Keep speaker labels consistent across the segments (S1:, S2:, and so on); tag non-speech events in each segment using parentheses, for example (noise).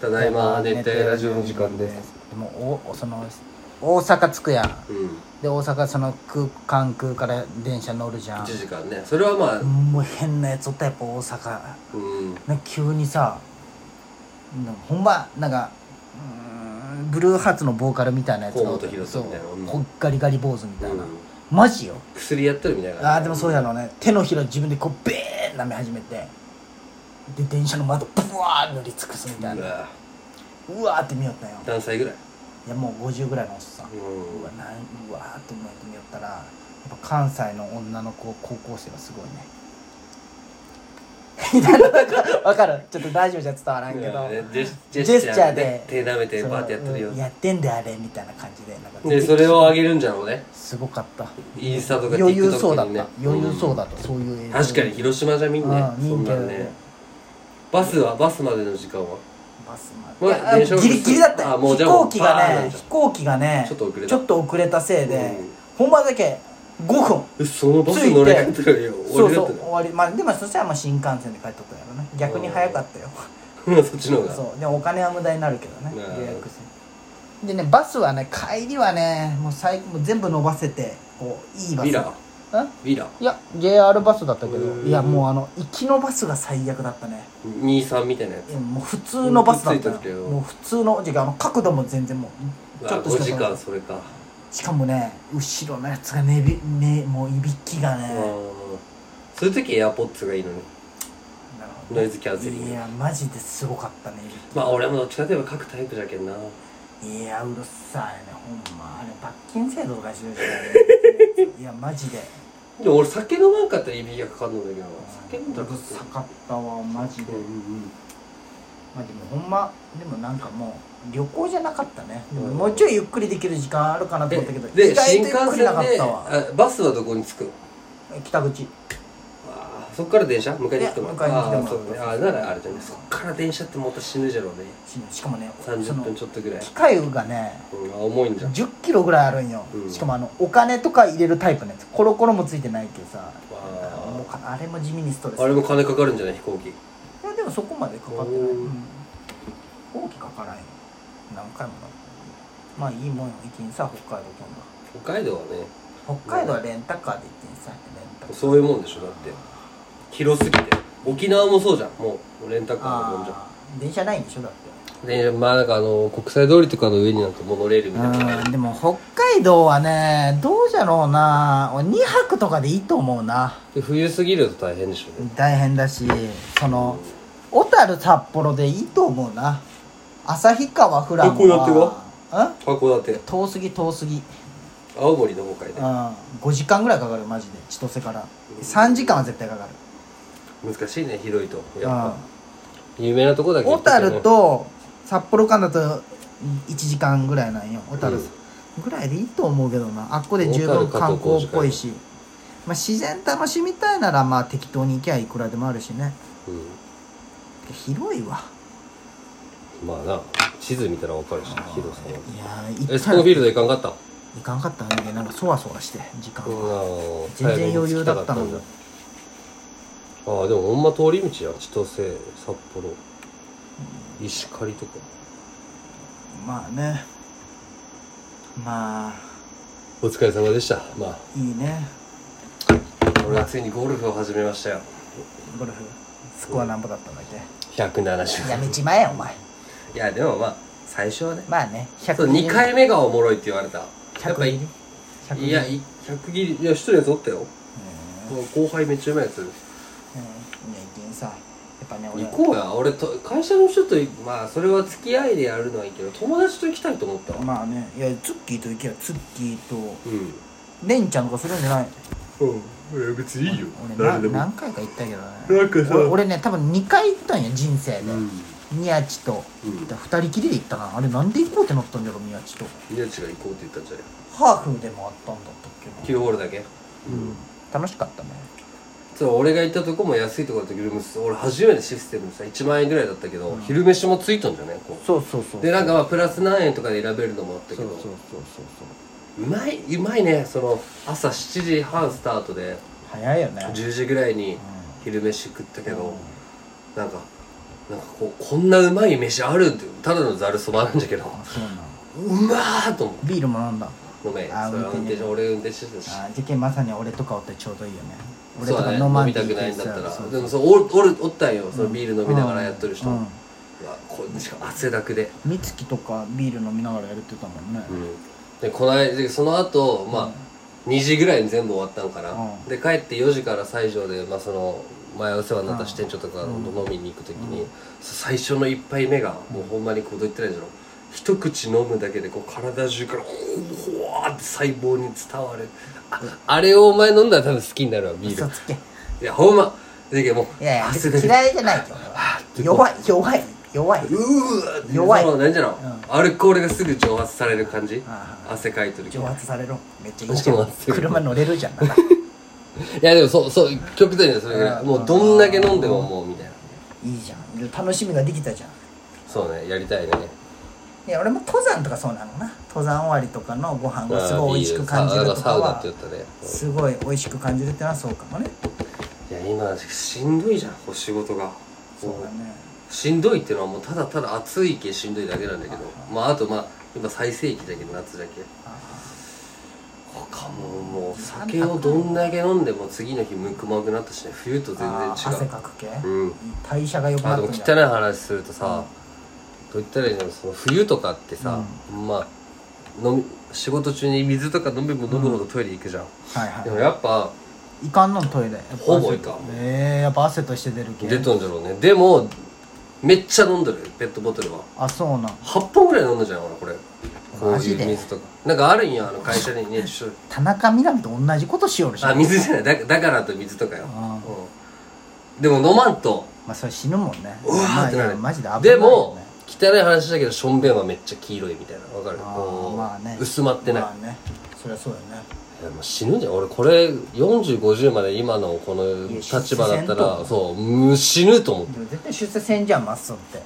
S1: ただいま熱帯ラジオの時間です
S2: でもおその大阪着くやん
S1: うん
S2: で大阪その空関空から電車乗るじゃ
S1: 1時間ねそれはまあ
S2: んもう変なやつおったやっぱ大阪
S1: うん
S2: なんか急にさなんかほんまなんかうーんブルーハーツのボーカルみたいなやつが
S1: 河本大翔みたいな
S2: そう
S1: 女
S2: こっガリガリ坊主みたいな、
S1: うん
S2: マジよ
S1: 薬やってるみたいな
S2: ああでもそうやろうね手のひら自分でこうベーン舐め始めてで電車の窓ブワー塗り尽くすみ
S1: う
S2: たいな
S1: わ
S2: うわーって見よったよ
S1: 何歳ぐらい
S2: いやもう50ぐらいのおっさん
S1: う
S2: うんわなんうわーって思って見よったらやっぱ関西の女の子高校生はすごいね (laughs) なんかわかるちょっと大丈夫じゃ伝わらんけど、
S1: ジェスジ
S2: ジェスチ
S1: ャ
S2: ャー
S1: ー
S2: で
S1: で手舐めて
S2: その
S1: バーってやってるよ
S2: うんやってんだよあれみたいな感じでなんか
S1: でそれを上げるんじゃろうね
S2: すごかった
S1: インスタとか
S2: 余裕そうだ
S1: TikTok
S2: っ
S1: に
S2: た、
S1: ね
S2: 余裕そうだった、そういう映像
S1: 確かに広島じゃみんね
S2: うん
S1: そんなん
S2: 見んけど
S1: ねバスはバスまでの時間は
S2: バス
S1: ま
S2: ま
S1: あ
S2: で
S1: 電
S2: いやあ
S1: 車
S2: ギリギリだった
S1: あ
S2: よ
S1: もう
S2: 飛
S1: じゃあもう
S2: 行機が
S1: パーン
S2: ね
S1: じゃん
S2: 飛行機がね
S1: ちょっと遅れた
S2: ちょっと遅れたせいで
S1: うん
S2: 本番だけ5分
S1: えそのバス乗れなかったらよ
S2: そ
S1: 俺だ
S2: うそ
S1: っ
S2: う
S1: た
S2: 終わりまあでもそしたらまあ新幹線で帰っとったやろね逆に早かったよ
S1: の (laughs) そっちの方が
S2: そうでもお金は無駄になるけどね
S1: なるほど
S2: 予約制でねバスはね帰りはねもう最もう全部伸ばせてこういいバス
S1: ビラ
S2: え
S1: ビラ
S2: いや JR バスだったけ
S1: う
S2: ど
S1: ーん
S2: いやもうあの行きのバスが最悪だったね
S1: 23みたいなや
S2: いやもう普通のバスだった
S1: うんついてるけ
S2: よ
S1: ど
S2: もう普通の時間あの角度も全然もう
S1: つ
S2: ちょっと
S1: 5
S2: し
S1: 時
S2: か
S1: 間それか
S2: しかもね後ろのやつがねびねもういびきがね
S1: あーそういう時エアポッツがいいのに
S2: なるほど
S1: ノイズキャンセリン
S2: い
S1: グ
S2: やマジですごかったねいびき
S1: まあ俺もどっちかといえば書くタイプじゃけんない
S2: やうるさいねほんまあれ罰金制度とかしてるじ
S1: (laughs)
S2: ゃんいやマジで
S1: でも俺酒飲まんかったら指がかかんのだけどな酒飲ん
S2: う
S1: だ
S2: る
S1: らか
S2: さかったわマジで、
S1: うんうん
S2: まあでもほんまでもなんかもう旅行じゃなかったね、でも
S1: うん
S2: もうちょいゆっくりできる時間あるかなと思ったけど
S1: うんで
S2: 意外
S1: 新
S2: と
S1: 幹
S2: ゆっく
S1: 線
S2: り
S1: で
S2: なかったわ
S1: あバスはどこに着くの
S2: 北口
S1: あーそっから電車迎えに来てもらう
S2: いや迎えに
S1: あー
S2: 来てもらう
S1: そうねあーならあれじゃねそっから電車ってまた死ぬじゃろうね
S2: ししかもねそ
S1: 30
S2: の
S1: 分ちょっとぐらい
S2: 機械がね
S1: うんあ重いんじゃん
S2: 1 0キロぐらいあるんよ、
S1: うん
S2: しかもあのお金とか入れるタイプのやつコロコロもついてないけどさ
S1: あー
S2: もうかあれも地味にストレス
S1: あれも金かかるんじゃない飛行機
S2: いやでもそこまでかかってない、
S1: うん
S2: うん、大きくかからんよ何回もなまあいいもんよ行きにさ北海道今
S1: 北海道はね
S2: 度北海道はレンタカーで行ってんさレンタカー
S1: そういうもんでしょだって広すぎて沖縄もそうじゃんもうレンタカーのもんじゃ
S2: ああ電車ないんでしょだって
S1: んでまあなんかあの国際通りとかの上になんかモノレールみたいなのがある
S2: うんでも北海道はねどうじゃろうな俺2泊とかでいいと思うな
S1: で冬すぎると大変でしょうね
S2: 大変だしその小樽札幌でいいと思うな旭川富良野
S1: 函館
S2: はうん
S1: 函館
S2: 遠すぎ遠すぎ
S1: 青森の北海
S2: うん
S1: 道
S2: 5時間ぐらいかかるマジで千歳から3時間は絶対かかる
S1: 難しいね広いと
S2: うん
S1: やっぱ有名なとこだけ
S2: 小樽と札幌間だと1時間ぐらいなんよ小樽
S1: うん
S2: ぐらいでいいと思うけどなあっこで十分
S1: 小樽か
S2: 観
S1: と
S2: 光っぽいし、まあ、自然楽しみたいならまあ適当に行きゃいくらでもあるしね
S1: うん
S2: 広いわ
S1: まあな地図見たらわかるし広さ
S2: い
S1: は
S2: や
S1: エ
S2: ー
S1: スコンフィール
S2: 行
S1: ド行かんかった
S2: いかんかったねなんかそわそわして時間
S1: うんあ
S2: が
S1: の
S2: 全然余裕だったのに
S1: 早めに着きたかったんだああでもほんま通り道や千歳札幌石狩とか
S2: まあねまあ
S1: お疲れ様でしたまあ
S2: いいね
S1: 俺はついにゴルフを始めましたよ
S2: ゴルフスコアなんぼだったんだっけ
S1: 170
S2: やめちまえよお前
S1: いやでもまあ最初はね
S2: まあね
S1: そう2回目がおもろいって言われたやっぱ
S2: 100
S1: い
S2: 切り100切り
S1: いやい100切りいや一人やつおったよ
S2: うん
S1: もう後輩めっちゃうまいやつ
S2: うんいやいけんさやっぱね俺
S1: 行こうや俺と会社の人とまあそれは付き合いでやるのはいいけど友達と行きたいと思ったわ
S2: まあねいやツッキーと行けばツッキーと
S1: うん
S2: レンちゃんとかするんじゃない
S1: うんいや別にいいよ
S2: 俺な
S1: 誰でも
S2: 何回か行ったけど
S1: な
S2: ね
S1: んかさ
S2: 俺俺ね多分2回行ったんや人生で
S1: うん
S2: 宮地と
S1: うん
S2: 2人きりで行ったかなあれなんで行こうってなったんだろう宮地と
S1: 宮地が行こうって言ったんじゃない
S2: ハーフでもあったんだったっけな
S1: 9ホールだけ
S2: うん楽しかったね
S1: そう俺が行ったとこも安いとこだったけどでも俺初めてシステムさ1万円ぐらいだったけど、昼飯もついたんじゃねこう
S2: そうそうそう
S1: でなんかまあプラス何円とかで選べるのもあったけど
S2: そうそうそう
S1: うまいうまいねその朝7時半スタートで
S2: 早いよね
S1: 10時ぐらいに
S2: う
S1: 昼飯食ったけど、なんかなんかこうこんなうまい飯あるってただのざるそばなんだけど
S2: あそうなの
S1: うまーっと思
S2: ビールも飲んだ
S1: う飲め
S2: あ
S1: それは運転
S2: 運転
S1: 手
S2: 手
S1: 俺運転手だし
S2: あじゃけんまさに俺とかおってちょうどいいよね俺
S1: そ
S2: と
S1: うだね
S2: か飲ま
S1: 飲
S2: ん
S1: み
S2: と
S1: た
S2: い
S1: く
S2: け
S1: ないんだったら
S2: そう
S1: で
S2: そう
S1: もそうおるおるおったんよそのビール飲みながらやっとる人、
S2: う
S1: うんわこうしかも汗だくで、
S2: 美月とかビール飲みながらやるって言ってたもんね
S1: うん、でこの間でその後まあ、2時ぐらいに全部終わったんかな、
S2: うん
S1: で帰って4時から西条で、まあ、その前お世話になった支店長とかと飲みに行く時に、最初の一杯目がもうほんまにこうどう言ってないじゃろ一口飲むだけでこう体中からほわーって細胞に伝わるああれをお前飲んだら多分好きになるわビー
S2: 嘘
S1: ル
S2: つけ
S1: いやほんまだけどもう
S2: いやいや
S1: 汗
S2: 別に
S1: だけ
S2: 嫌いじゃないよ
S1: て
S2: 弱い弱い弱いう
S1: ーって
S2: 弱い
S1: そのなんじゃろ、
S2: う
S1: アルコールがすぐ蒸発される感じ
S2: ああ
S1: 汗かいてるけど
S2: 蒸発されろめっちゃいいじ
S1: 蒸
S2: ゃん
S1: 発する
S2: 車乗れるじゃん
S1: いやでもそうそう極端にはそれぐらいもうどんだけ飲んでももうみたいない
S2: いじゃん楽しみができたじゃん
S1: そうねやりたいね
S2: いや俺も登山とかそうなのな登山終わりとかのご飯がすごい美味しく感じるとか
S1: あなんか
S2: は
S1: サウナって言ったね
S2: すごい美味しく感じるってのはそうかもね
S1: いや今しんどいじゃんお仕事が
S2: そうだね
S1: しんどいっていうのはもうただただ暑いけしんどいだけなんだけどまああとまあ今最盛期だけど夏だけ
S2: あ
S1: 他もうもう酒をどんだけ飲んでも次の日むくまくなったしね冬と全然
S2: あー汗
S1: 違う
S2: かく系
S1: うん
S2: 代謝が良く
S1: あ
S2: な
S1: で
S2: っ
S1: も
S2: てん
S1: 汚
S2: だ
S1: い話するとさ、どう言ったらいいのその冬とかってさ、まあ飲み仕事中に水とか飲めば飲むほどトイレ行くじゃん、
S2: はい
S1: で
S2: は
S1: もやっぱ
S2: いいかんのトイレ
S1: ほぼいかん
S2: ええやっぱ汗として出る系
S1: 出とんじゃろうねでもめっちゃ飲んでるペットボトルは
S2: あそうなん
S1: 8本ぐらい飲んだじゃん俺これこう
S2: マ
S1: い
S2: ジで
S1: う水とかなんかあるんやあの会社に熱中症
S2: 田中みな実と同じことしよるじゃん
S1: あ水じゃないだだからと水とかよ、
S2: あー
S1: うんでも飲まんと
S2: まあそれ死ぬもんね
S1: うわ
S2: ま
S1: ー
S2: あ
S1: ってないる、
S2: やマジで危ない
S1: で
S2: よ
S1: も
S2: ね
S1: 汚い話だけどしょんべんはめっちゃ黄色いみたいなわかる
S2: あ
S1: こ
S2: ー
S1: う
S2: まあね
S1: 薄まってない、
S2: まあねそりゃそうだよね
S1: いやもう死ぬんじゃん俺これ4050まで今のこの
S2: いや
S1: 立場だった
S2: 自然と
S1: らそううん死ぬと思って
S2: でも絶対出世せんじゃんマッソンって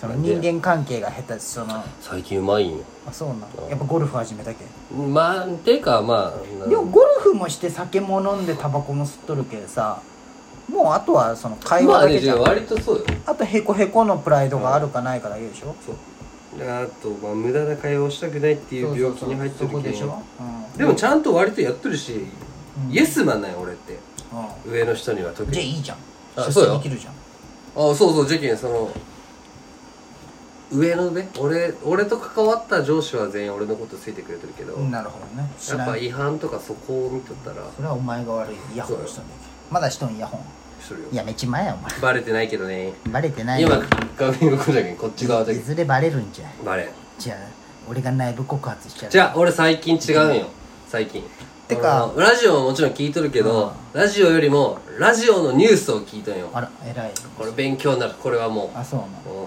S2: その
S1: なんで
S2: 人間関係が下手しそのあ
S1: 最近うまいんよ
S2: そうなんやっぱゴルフ始めたけ
S1: まあてかまあ
S2: でもゴルフもして酒も飲んでタバコも吸っとるけさもうあとはその会
S1: ま
S2: 話
S1: あ
S2: だ
S1: ね
S2: けじ
S1: じ
S2: ゃ
S1: ゃあ
S2: ん、
S1: 割とそうよ
S2: あとへこへこのプライドがあるかないかだけでしょ、
S1: そうあとまあ無駄な会話をしたくないっていう病気に入ってる
S2: そうそうそうそこ
S1: け
S2: でしょ
S1: ど、
S2: うん
S1: でもちゃんと割とやっとるし、
S2: ん
S1: イエスマンなんよ俺って
S2: うん
S1: 上の人には特
S2: じゃあ
S1: に
S2: いいじゃん
S1: あ
S2: 出
S1: そうよ
S2: 世できるじゃん
S1: あそうそうじゃけんその上のね俺俺と関わった上司は全員俺のことついてくれてるけど、
S2: うんなるほどね知
S1: やっ
S2: ら
S1: ぱ
S2: ん
S1: 違反とかそこを見とったら
S2: それはお前が悪いイヤホンしたんだけどまだしとんイヤホン
S1: しとるよ
S2: いやめちまえよお前
S1: バレてないけどね
S2: バレてないよ
S1: 今画面がこうじゃけんこっち側
S2: い
S1: で
S2: ずれバレるんじゃん
S1: バレん
S2: じゃあ俺が内部告発しちゃう
S1: じゃあ俺最近違うんよ最近
S2: てか
S1: 俺もラジオももちろん聞いとるけど、ラジオよりもラジオのニュースを聞いとんよ
S2: あら偉い
S1: これ勉強になるこれはも
S2: あそうな
S1: う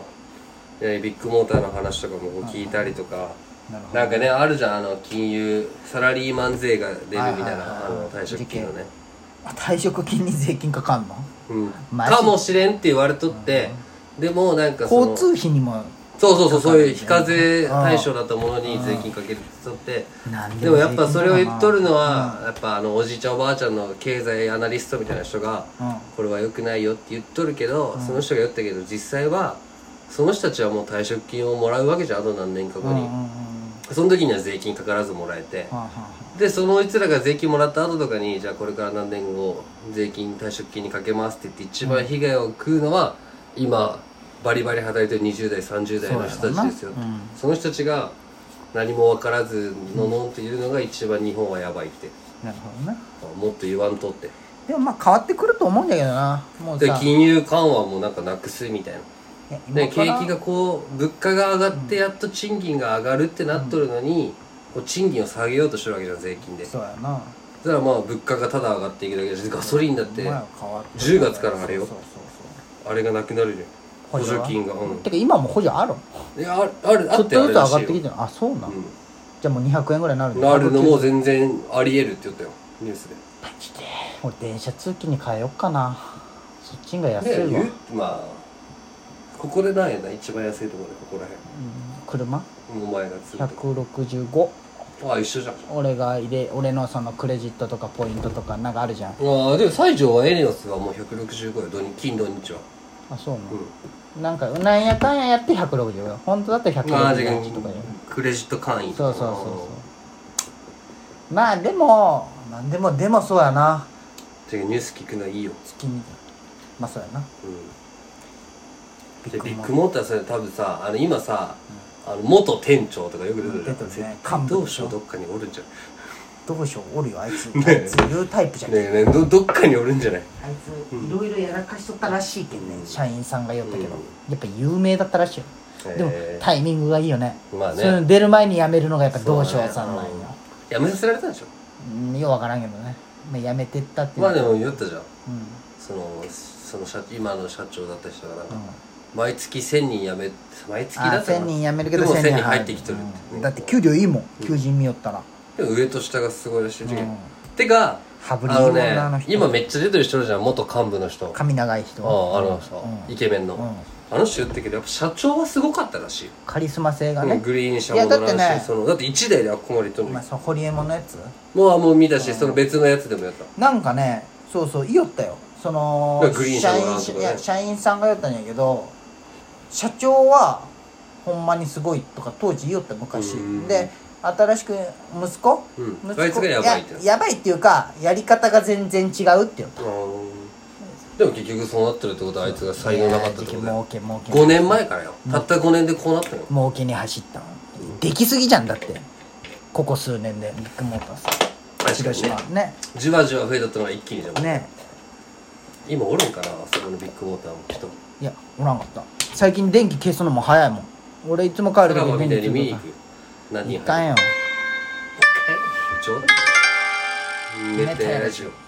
S1: うんいやビッグモーターの話とかもこう聞いたりとか
S2: なるほど
S1: なんかねあるじゃんあの金融サラリーマン税が出るみたい
S2: はいはい
S1: な
S2: はい
S1: あの退職金のね
S2: あ退職金に税金かかんの
S1: うん
S2: マジ
S1: かもしれんって言われとってでもなんかその
S2: 交通費にも
S1: そうそうそうそういう非課税対象だったものに税金かけるって言っとって
S2: なん
S1: でもやっぱそれを言っとるの
S2: 税金だな
S1: はやっぱあのおじいちゃんおばあちゃんの経済アナリストみたいな人が
S2: うん
S1: これは良くないよって言っとるけどその人が言ったけど実際はその人たちはもう退職金をもらうわけじゃんあと何年か後
S2: うんうん
S1: に
S2: うんうんは
S1: その時には税金かからずもらえて
S2: あはあは
S1: でそのいつらが税金もらった後とかにじゃあこれから何年後税金退職金にかけますって言って一番被害を食うのは今バリバリ働いてる20代30代の人たちですよ
S2: そうだよなうん
S1: その人たちが何も分からずののんというのが一番日本はやばいって
S2: あなるほどね
S1: もっと言わんとって
S2: でもまあ変わってくると思うんだけどなもう
S1: で
S2: さ
S1: 金融緩和もなんかなくすみたいない
S2: や
S1: で
S2: 今か
S1: 景
S2: ら
S1: 気がこう物価が上がってやっと賃金が上がるってなっとるのに、こう賃金を下げようとしてるわけじゃん税金で
S2: そうやな
S1: だからまあ物価がただ上がっていくだけだしガソリンだって
S2: お前は変わって
S1: 10月からあれよ
S2: そうそうそう
S1: あれがなくなるじゃん補
S2: 補助
S1: 助
S2: は
S1: 金が、う、
S2: そうんてか今も補助あるの
S1: いやああるあ
S2: ちょ
S1: っ
S2: って
S1: あ
S2: と
S1: れ
S2: ずつ上
S1: らし
S2: がっ
S1: い
S2: て
S1: よ
S2: きてるあそうなん、
S1: う
S2: じゃあもう200円ぐらいになる
S1: ん、なるのも
S2: 全
S1: 全然ありえるって言ったよニュースで
S2: 俺電車通勤に変えよっかなそっちが安いわ、
S1: ね言うまあここでなんやな一番安いところでここら
S2: うん車
S1: 辺お前が釣ると
S2: 165
S1: こあ一緒じゃん
S2: 俺が入れ俺のそのクレジットとかポイントとかなんかあるじゃん
S1: ああでも西条はエネオスはもう165よ土日金土日は
S2: あそうなの、
S1: うん
S2: なんかなんやかんややって160よ本当だったら
S1: まあじゃ
S2: 168とかよ
S1: あクレジット会員
S2: そうそうそうそうまあでもまあでもでもそうやな
S1: じゃあニュース聞くのはいいよ、
S2: 月見まあそうやな
S1: うん、
S2: ビ
S1: でビッグ
S2: モ
S1: モーターそれ多分さあの今さあの元店長とかよく出てる
S2: 出てるね
S1: 絶対
S2: 幹部
S1: どうしようどっかにおるんじゃな
S2: どうしようおるよあいつ
S1: (laughs) ね
S2: あいつ言うタイプじゃ
S1: い
S2: ん、
S1: ねえねえどどっかにおるんじゃない
S2: あいつ
S1: うん
S2: いろいろやらかしとったらしいけんね、
S1: うん
S2: 社員さんが言ったけど、
S1: うん
S2: やっぱ有名だったらしいよでも
S1: えー
S2: タイミングがいいよね,、
S1: まあね
S2: そういうの出る前に辞めるのがやっぱどうしようさんなんよ
S1: そうだねやめさせられたんでしょ
S2: うんようわからんけどね、まあ、辞めてったっていう
S1: まあで
S2: も、
S1: も言ったじゃん
S2: うん
S1: そのその社今の社長だった人がなんか、
S2: うん
S1: 毎月1000人やめ毎月だ
S2: あ
S1: ったか
S2: 1000
S1: な
S2: 人辞めるけど
S1: でも
S2: 1000
S1: 1000
S2: 人
S1: 人
S2: 入
S1: 入
S2: る
S1: ってきてるってね
S2: うんだって給料いいもん求人見よったら、
S1: でも上と下がすごいらしい、
S2: うん、
S1: てか
S2: 羽振りい
S1: あ
S2: いも
S1: の
S2: ん
S1: ね
S2: なあの人
S1: 今めっちゃ出てる人いるじゃん元幹部の人あ
S2: 髪長い人
S1: ああの人、
S2: うん
S1: イケメンの、
S2: うん
S1: あの人言ったけどやっぱ社長はすごかったらしいよ、
S2: カリスマ性が
S1: う
S2: ね、
S1: んグリーン車
S2: いや
S1: も乗らんし
S2: だってね
S1: そのだって1台であっこまで行ったのに、
S2: まあ、そのホリエモンのやつ
S1: もうもう見たし、
S2: うん
S1: その別のやつでもやった
S2: なんかねそうそういよったよその
S1: いやグリーン車
S2: 社
S1: のなん
S2: 員
S1: とかね
S2: いや社員さんが言ったんやけど社長はほんまにすごいとか当時いよった昔
S1: うん
S2: で新しく息子
S1: うん
S2: 息子
S1: あいつがやばいってな
S2: ややばいっていうかやり方が全然違うってよ
S1: あのでも結局そうなってるってことはあいつが才能なかったってことだよ
S2: 儲け儲け
S1: 5年前からよたった5年でこうなったよ、
S2: 儲けに走ったのできすぎじゃんだってここ数年でビッグモーターさん
S1: 確か
S2: 広
S1: にね
S2: 島ね
S1: じわじわ増えたってのが一気にじゃん、
S2: ね
S1: 今おるんかなそこのビッグモーターの人
S2: いやおらんかった最近電気消すのも早いもん俺いつも帰
S1: ド
S2: る
S1: ラ
S2: 時
S1: マみたいに
S2: 電
S1: 見に
S2: 気
S1: 行
S2: 消
S1: く
S2: す
S1: 何
S2: い
S1: 人
S2: かん
S1: 入る
S2: よ
S1: ちょうだい寝てラジオ